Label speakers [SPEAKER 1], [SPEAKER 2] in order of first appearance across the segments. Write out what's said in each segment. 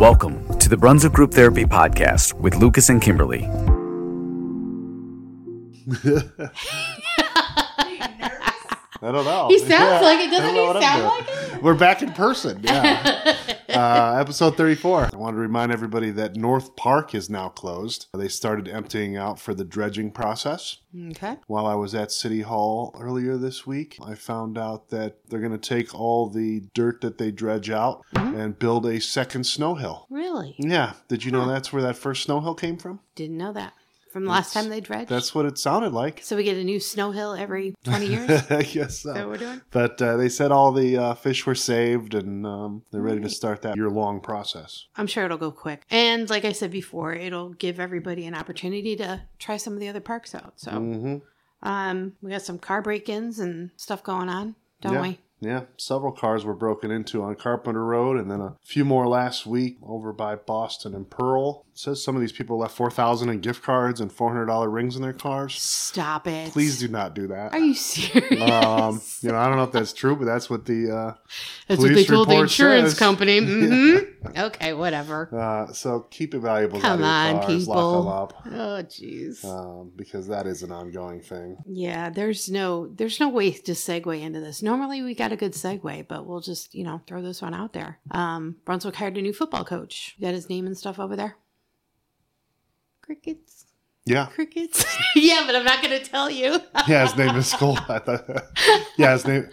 [SPEAKER 1] Welcome to the Brunswick Group Therapy Podcast with Lucas and Kimberly.
[SPEAKER 2] I don't know.
[SPEAKER 3] He sounds
[SPEAKER 2] Yeah.
[SPEAKER 3] like it. Doesn't
[SPEAKER 2] I don't know
[SPEAKER 3] he
[SPEAKER 2] what I'm
[SPEAKER 3] sound
[SPEAKER 2] doing. We're back in person. Yeah. uh, episode 34. I wanted to remind everybody that North Park is now closed. They started emptying out for the dredging process.
[SPEAKER 3] Okay.
[SPEAKER 2] While I was at City Hall earlier this week, I found out that they're going to take all the dirt that they dredge out
[SPEAKER 3] Mm-hmm.
[SPEAKER 2] and build a second snow hill.
[SPEAKER 3] Really?
[SPEAKER 2] Yeah. Did you know that's where that first snow hill came from?
[SPEAKER 3] Didn't know that. From the last
[SPEAKER 2] That's-
[SPEAKER 3] time they dredged?
[SPEAKER 2] That's what it sounded like.
[SPEAKER 3] so we get a new snow hill every 20 years? Is
[SPEAKER 2] I guess so.
[SPEAKER 3] that what we're doing?
[SPEAKER 2] But uh, they said all the uh, fish were saved and um, they're ready to start that year long process.
[SPEAKER 3] I'm sure it'll go quick. And like I said before, it'll give everybody an opportunity to try some of the other parks out. So
[SPEAKER 2] hmm
[SPEAKER 3] um, we got some car break ins and stuff going on, don't
[SPEAKER 2] yeah.
[SPEAKER 3] we?
[SPEAKER 2] Yeah. Several cars were broken into on Carpenter Road and then a few more last week over by Boston and Pearl. It says some of these people left 4000 in gift cards and $400 rings in their cars.
[SPEAKER 3] Stop it.
[SPEAKER 2] Please do not do that.
[SPEAKER 3] Are you serious?
[SPEAKER 2] um, you know, I don't know if that's true, but that's what the. Uh,
[SPEAKER 3] That's what they
[SPEAKER 2] police
[SPEAKER 3] told the
[SPEAKER 2] report
[SPEAKER 3] insurance
[SPEAKER 2] says.
[SPEAKER 3] company. hmm Okay, whatever.
[SPEAKER 2] uh, so keep your valuables
[SPEAKER 3] Come
[SPEAKER 2] out of your
[SPEAKER 3] on,
[SPEAKER 2] cars,
[SPEAKER 3] people.
[SPEAKER 2] lock them up,
[SPEAKER 3] Oh, jeez.
[SPEAKER 2] um, because that is an ongoing thing.
[SPEAKER 3] Yeah, there's no there's no way to segue into this. Normally we got a good segue, but we'll just you know throw this one out there. Um, Brunswick hired a new football coach. You got his name and stuff over there. Crickets,
[SPEAKER 2] Yeah.
[SPEAKER 3] crickets. yeah, but I'm not gonna tell you.
[SPEAKER 2] yeah, his name is Cole. I thought, yeah, his name.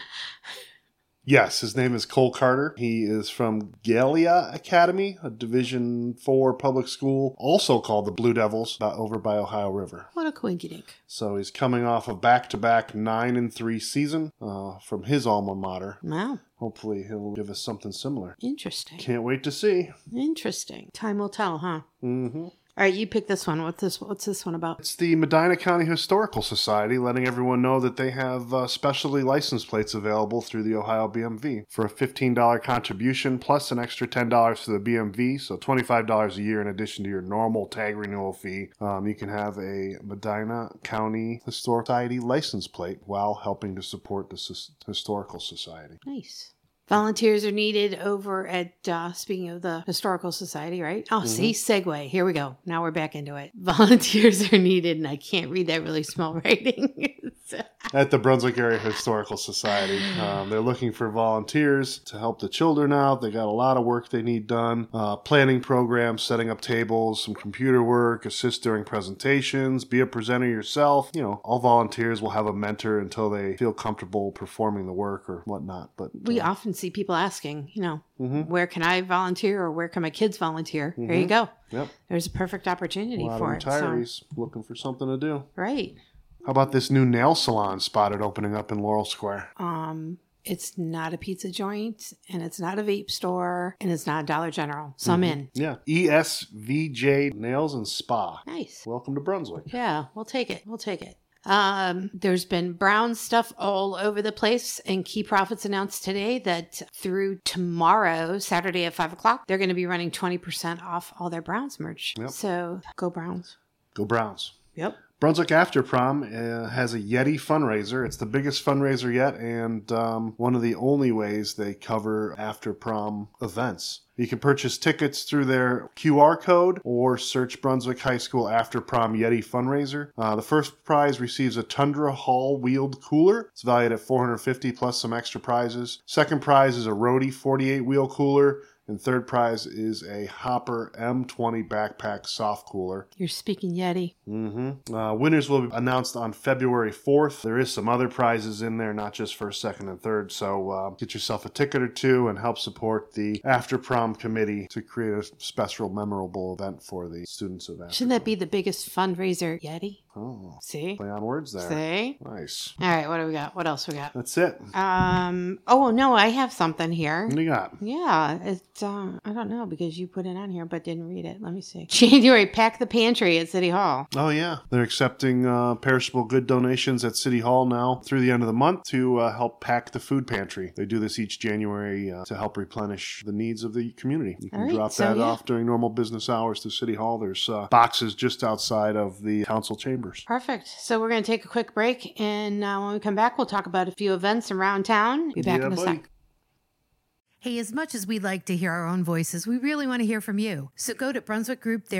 [SPEAKER 2] Yes, his name is Cole Carter. He is from Gallia Academy, a Division Four public school, also called the Blue Devils, uh, over by Ohio River.
[SPEAKER 3] what a quinky dink.
[SPEAKER 2] So he's coming off a back-to-back nine and three season uh, from his alma mater.
[SPEAKER 3] Wow,
[SPEAKER 2] Hopefully, he'll give us something similar.
[SPEAKER 3] interesting.
[SPEAKER 2] Can't wait to see.
[SPEAKER 3] Interesting. Time will tell, huh?
[SPEAKER 2] hmm
[SPEAKER 3] All right, you pick this one. What's this? What's this one about?
[SPEAKER 2] It's the Medina County Historical Society letting everyone know that they have uh, specialty license plates available through the Ohio BMV for a $15 contribution plus an extra $10 to the BMV, so $25 a year in addition to your normal tag renewal fee. Um, you can have a Medina County Historical Society license plate while helping to support the Sus- Historical Society.
[SPEAKER 3] Nice. Volunteers are needed over at, uh, speaking of the Historical Society, right? Oh,
[SPEAKER 2] Mm-hmm.
[SPEAKER 3] see, segue. Here we go. Now we're back into it. Volunteers are needed, and I can't read that really small writing. So-
[SPEAKER 2] at the Brunswick Area Historical Society. Um, they're looking for volunteers to help the children out. They got a lot of work they need done uh, planning programs, setting up tables, some computer work, assist during presentations, be a presenter yourself. You know, all volunteers will have a mentor until they feel comfortable performing the work or whatnot. But
[SPEAKER 3] we often see people asking, you know,
[SPEAKER 2] Mhm.
[SPEAKER 3] where can I volunteer or where can my kids volunteer? There you
[SPEAKER 2] Mhm.
[SPEAKER 3] go.
[SPEAKER 2] yep,
[SPEAKER 3] There's a perfect
[SPEAKER 2] a
[SPEAKER 3] opportunity
[SPEAKER 2] lot of
[SPEAKER 3] for it. So,
[SPEAKER 2] retirees looking for something to do.
[SPEAKER 3] right.
[SPEAKER 2] How about this new nail salon spotted opening up in Laurel Square?
[SPEAKER 3] Um, it's not a pizza joint, and it's not a vape store, and it's not Dollar General. So I'm in.
[SPEAKER 2] Yeah, E ESVJ Nails and Spa.
[SPEAKER 3] Nice.
[SPEAKER 2] Welcome to Brunswick.
[SPEAKER 3] Yeah, we'll take it. We'll take it. Um, there's been brown stuff all over the place, and Key Profits announced today that through tomorrow, Saturday at five o'clock, they're going to be running twenty percent off all their Browns merch.
[SPEAKER 2] Yep.
[SPEAKER 3] So go Browns.
[SPEAKER 2] Go Browns.
[SPEAKER 3] Yep.
[SPEAKER 2] Brunswick After Prom uh, has a Yeti fundraiser. It's the biggest fundraiser yet, and um, one of the only ways they cover after prom events. You can purchase tickets through their QR code or search Brunswick High School After Prom Yeti fundraiser. Uh, the first prize receives a Tundra Hall wheeled cooler. It's valued at 450 plus some extra prizes. Second prize is a Rhodey 48 wheel cooler, and third prize is a Hopper M20 backpack soft cooler.
[SPEAKER 3] You're speaking Yeti.
[SPEAKER 2] Mm-hmm. Uh, winners will be announced on February 4th. There is some other prizes in there, not just first, second, and third. So uh, get yourself a ticket or two and help support the After Prom Committee to create a special, memorable event for the students of After.
[SPEAKER 3] Shouldn't that be the biggest fundraiser? Yeti.
[SPEAKER 2] Oh,
[SPEAKER 3] See.
[SPEAKER 2] play on words there.
[SPEAKER 3] See.
[SPEAKER 2] Nice.
[SPEAKER 3] All right. What do we got? What else we got?
[SPEAKER 2] That's it.
[SPEAKER 3] Um. Oh no, I have something here.
[SPEAKER 2] What do you got?
[SPEAKER 3] Yeah, it's um, I don't know because you put it on here but didn't read it. Let me see. January, pack the pantry at City Hall.
[SPEAKER 2] Oh, yeah. They're accepting uh, perishable good donations at City Hall now through the end of the month to uh, help pack the food pantry. They do this each January uh, to help replenish the needs of the community. You can
[SPEAKER 3] All right,
[SPEAKER 2] drop
[SPEAKER 3] so,
[SPEAKER 2] that
[SPEAKER 3] yeah.
[SPEAKER 2] off during normal business hours to City Hall. There's uh, boxes just outside of the council chambers.
[SPEAKER 3] Perfect. So we're going to take a quick break, and uh, when we come back, we'll talk about a few events around town. Be back
[SPEAKER 2] Yeah,
[SPEAKER 3] in a
[SPEAKER 2] buddy.
[SPEAKER 3] sec. Hey, as much as we'd like to hear our own voices, we really want to hear from you. So go to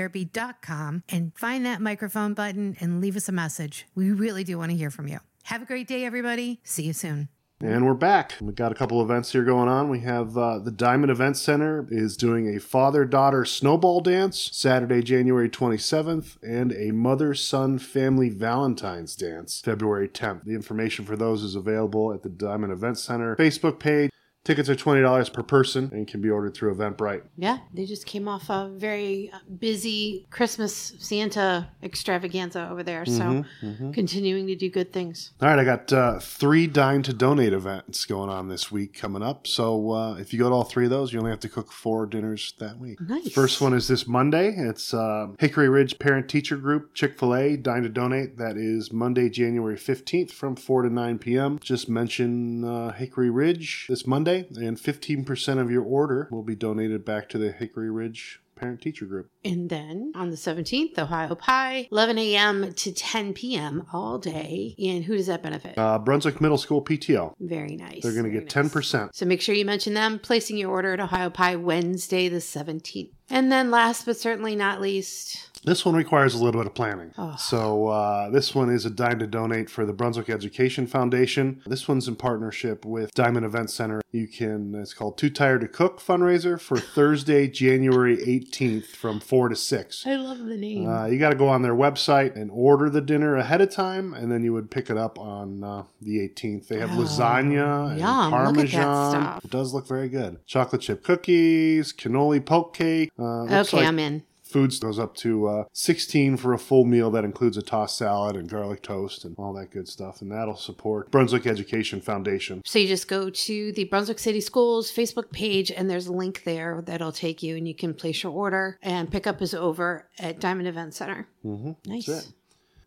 [SPEAKER 3] brunswickgrouptherapy.com and find that microphone button and leave us a message. We really do want to hear from you. Have a great day, everybody. See you soon.
[SPEAKER 2] And we're back. We've got a couple events here going on. We have uh, the Diamond Event Center is doing a father daughter snowball dance Saturday, January 27th, and a mother son family Valentine's dance February 10th. The information for those is available at the Diamond Event Center Facebook page. Tickets are $20 per person and can be ordered through Eventbrite.
[SPEAKER 3] Yeah, they just came off a very uh, busy Christmas Santa extravaganza over there. So
[SPEAKER 2] Mm-hmm,
[SPEAKER 3] continuing to do good things.
[SPEAKER 2] All right, I got uh, three Dime to Donate events going on this week coming up. So uh, if you go to all three of those, you only have to cook four dinners that week.
[SPEAKER 3] Nice.
[SPEAKER 2] First one is this Monday. It's uh, Hickory Ridge Parent Teacher Group, Chick fil A, Dine to Donate. That is Monday, January 15th from 4 to 9 p.m. Just mention uh, Hickory Ridge this Monday, and 15% of your order will be donated back to the Hickory Ridge Parent Teacher Group.
[SPEAKER 3] And then on the 17th, Ohio Pie, 11 a.m. to 10 p.m. all day. And who does that benefit?
[SPEAKER 2] Uh, Brunswick Middle School PTO.
[SPEAKER 3] very nice.
[SPEAKER 2] They're going to
[SPEAKER 3] very
[SPEAKER 2] get
[SPEAKER 3] nice.
[SPEAKER 2] 10%.
[SPEAKER 3] So make sure you mention them placing your order at Ohio Pie Wednesday, the 17th. And then last but certainly not least,
[SPEAKER 2] This one requires a little bit of planning.
[SPEAKER 3] Oh.
[SPEAKER 2] So, uh, this one is a dime to donate for the Brunswick Education Foundation. This one's in partnership with Diamond Event Center. You can, it's called Too Tired to Cook fundraiser for Thursday, January 18th from 4 to 6.
[SPEAKER 3] I love the name.
[SPEAKER 2] Uh, you got to go on their website and order the dinner ahead of time, and then you would pick it up on uh, the 18th. They have
[SPEAKER 3] Oh,
[SPEAKER 2] lasagna and
[SPEAKER 3] yum. Look at that
[SPEAKER 2] parmesan.
[SPEAKER 3] stuff.
[SPEAKER 2] It does look very good. Chocolate chip cookies, cannoli poke cake. Uh, looks
[SPEAKER 3] okay,
[SPEAKER 2] like
[SPEAKER 3] I'm in.
[SPEAKER 2] Foods goes up to uh, 16 for a full meal that includes a tossed salad and garlic toast and all that good stuff. And that'll support Brunswick Education Foundation.
[SPEAKER 3] So you just go to the Brunswick City Schools Facebook page, and there's a link there that'll take you, and you can place your order. And pickup is over at Diamond Event Center.
[SPEAKER 2] Mm-hmm.
[SPEAKER 3] Nice.
[SPEAKER 2] it.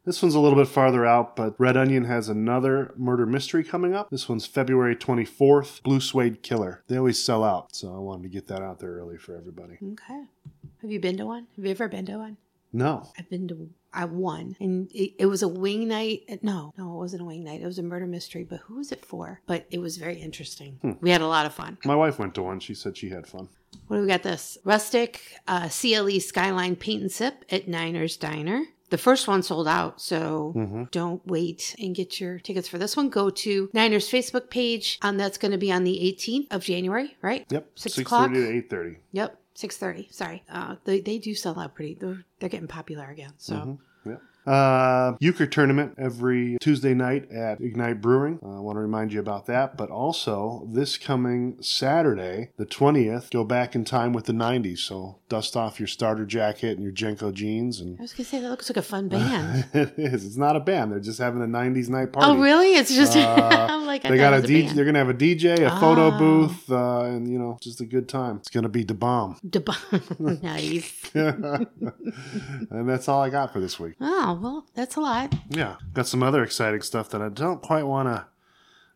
[SPEAKER 2] This one's a little bit farther out, but Red Onion has another murder mystery coming up. This one's February 24th Blue Suede Killer. They always sell out, so I wanted to get that out there early for everybody.
[SPEAKER 3] Okay. Have you been to one? Have you ever been to one?
[SPEAKER 2] No.
[SPEAKER 3] I've been to I won, and it, it was a wing night. uh, No, no, it wasn't a wing night. It was a murder mystery. But who was it for? But it was very interesting. We had a lot of fun.
[SPEAKER 2] My wife went to one. She said she had fun.
[SPEAKER 3] What do we got? This rustic uh, CLE Skyline Paint and Sip at Niners Diner. The first one sold out, so
[SPEAKER 2] Mm-hmm.
[SPEAKER 3] don't wait and get your tickets for this one. Go to Niners Facebook page. Um, that's going to be on the 18th of January, right?
[SPEAKER 2] Yep.
[SPEAKER 3] Six
[SPEAKER 2] 6.30
[SPEAKER 3] o'clock.
[SPEAKER 2] to 8.30.
[SPEAKER 3] Yep, six thirty. Sorry, uh, they they do sell out pretty. They're they're getting popular again. So.
[SPEAKER 2] Mm-hmm. Uh, euchre tournament every Tuesday night at Ignite Brewing. Uh, I want to remind you about that, but also this coming Saturday, the 20th, go back in time with the 90s. So dust off your starter jacket and your Jenko jeans.
[SPEAKER 3] I
[SPEAKER 2] And
[SPEAKER 3] was gonna say that looks like a fun band.
[SPEAKER 2] it is. It's not a band. They're just having a 90s night party.
[SPEAKER 3] oh, really? It's just
[SPEAKER 2] Uh,
[SPEAKER 3] like I
[SPEAKER 2] They
[SPEAKER 3] thought
[SPEAKER 2] got
[SPEAKER 3] it
[SPEAKER 2] a
[SPEAKER 3] was a
[SPEAKER 2] DJ.
[SPEAKER 3] band.
[SPEAKER 2] They're gonna have a DJ, a photo
[SPEAKER 3] Ah.
[SPEAKER 2] booth, uh, and you know, just a good time. It's gonna be the bomb.
[SPEAKER 3] Deb- nice.
[SPEAKER 2] and that's all I got for this week.
[SPEAKER 3] Oh well, that's a lot.
[SPEAKER 2] Yeah, got some other exciting stuff that I don't quite want to,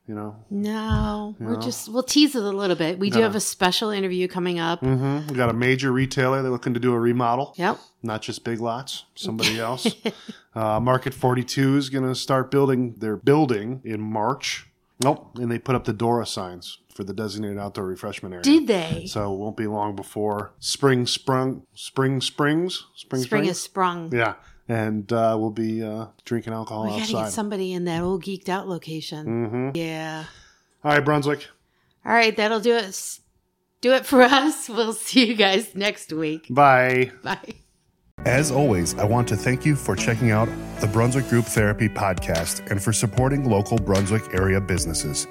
[SPEAKER 2] you know.
[SPEAKER 3] No, we're
[SPEAKER 2] Yeah.
[SPEAKER 3] just we'll tease it a little bit. We do
[SPEAKER 2] Yeah.
[SPEAKER 3] have a special interview coming up.
[SPEAKER 2] Mm-hmm. We got a major retailer they're looking to do a remodel,
[SPEAKER 3] Yep.
[SPEAKER 2] not just Big Lots, somebody else. uh, Market 42 is going to start building their building in March. Nope, and they put up the Dora signs for the designated outdoor refreshment area.
[SPEAKER 3] Did they?
[SPEAKER 2] so it won't be long before spring sprung, spring springs, spring
[SPEAKER 3] Spring
[SPEAKER 2] springs.
[SPEAKER 3] has sprung.
[SPEAKER 2] yeah, and uh, we'll be uh, drinking alcohol
[SPEAKER 3] we gotta
[SPEAKER 2] outside.
[SPEAKER 3] get somebody in that old geeked out location.
[SPEAKER 2] mm-hmm.
[SPEAKER 3] Yeah.
[SPEAKER 2] All right, Brunswick.
[SPEAKER 3] All right, that'll do us. Do it for us. We'll see you guys next week.
[SPEAKER 2] Bye.
[SPEAKER 3] Bye.
[SPEAKER 2] As always, I want to thank you for checking out the Brunswick Group Therapy podcast and for supporting local Brunswick area businesses.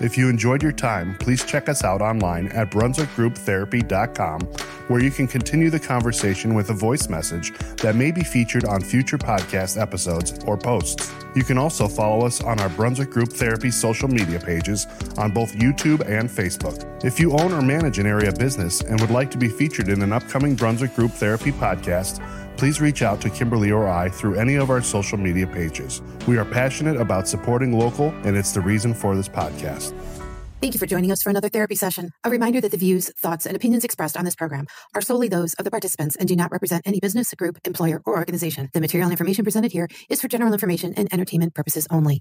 [SPEAKER 2] If you enjoyed your time, please check us out online at brunswickgrouptherapy.com, where you can continue the conversation with a voice message that may be featured on future podcast episodes or posts. You can also follow us on our Brunswick Group Therapy social media pages on both YouTube and Facebook. If you own or manage an area business and would like to be featured in an upcoming Brunswick Group Therapy podcast, please reach out to Kimberly or I through any of our social media pages. We are passionate about supporting local, and it's the reason for this podcast.
[SPEAKER 4] Thank you for joining us for another therapy session. A reminder that the views, thoughts, and opinions expressed on this program are solely those of the participants and do not represent any business, group, employer, or organization. The material and information presented here is for general information and entertainment purposes only.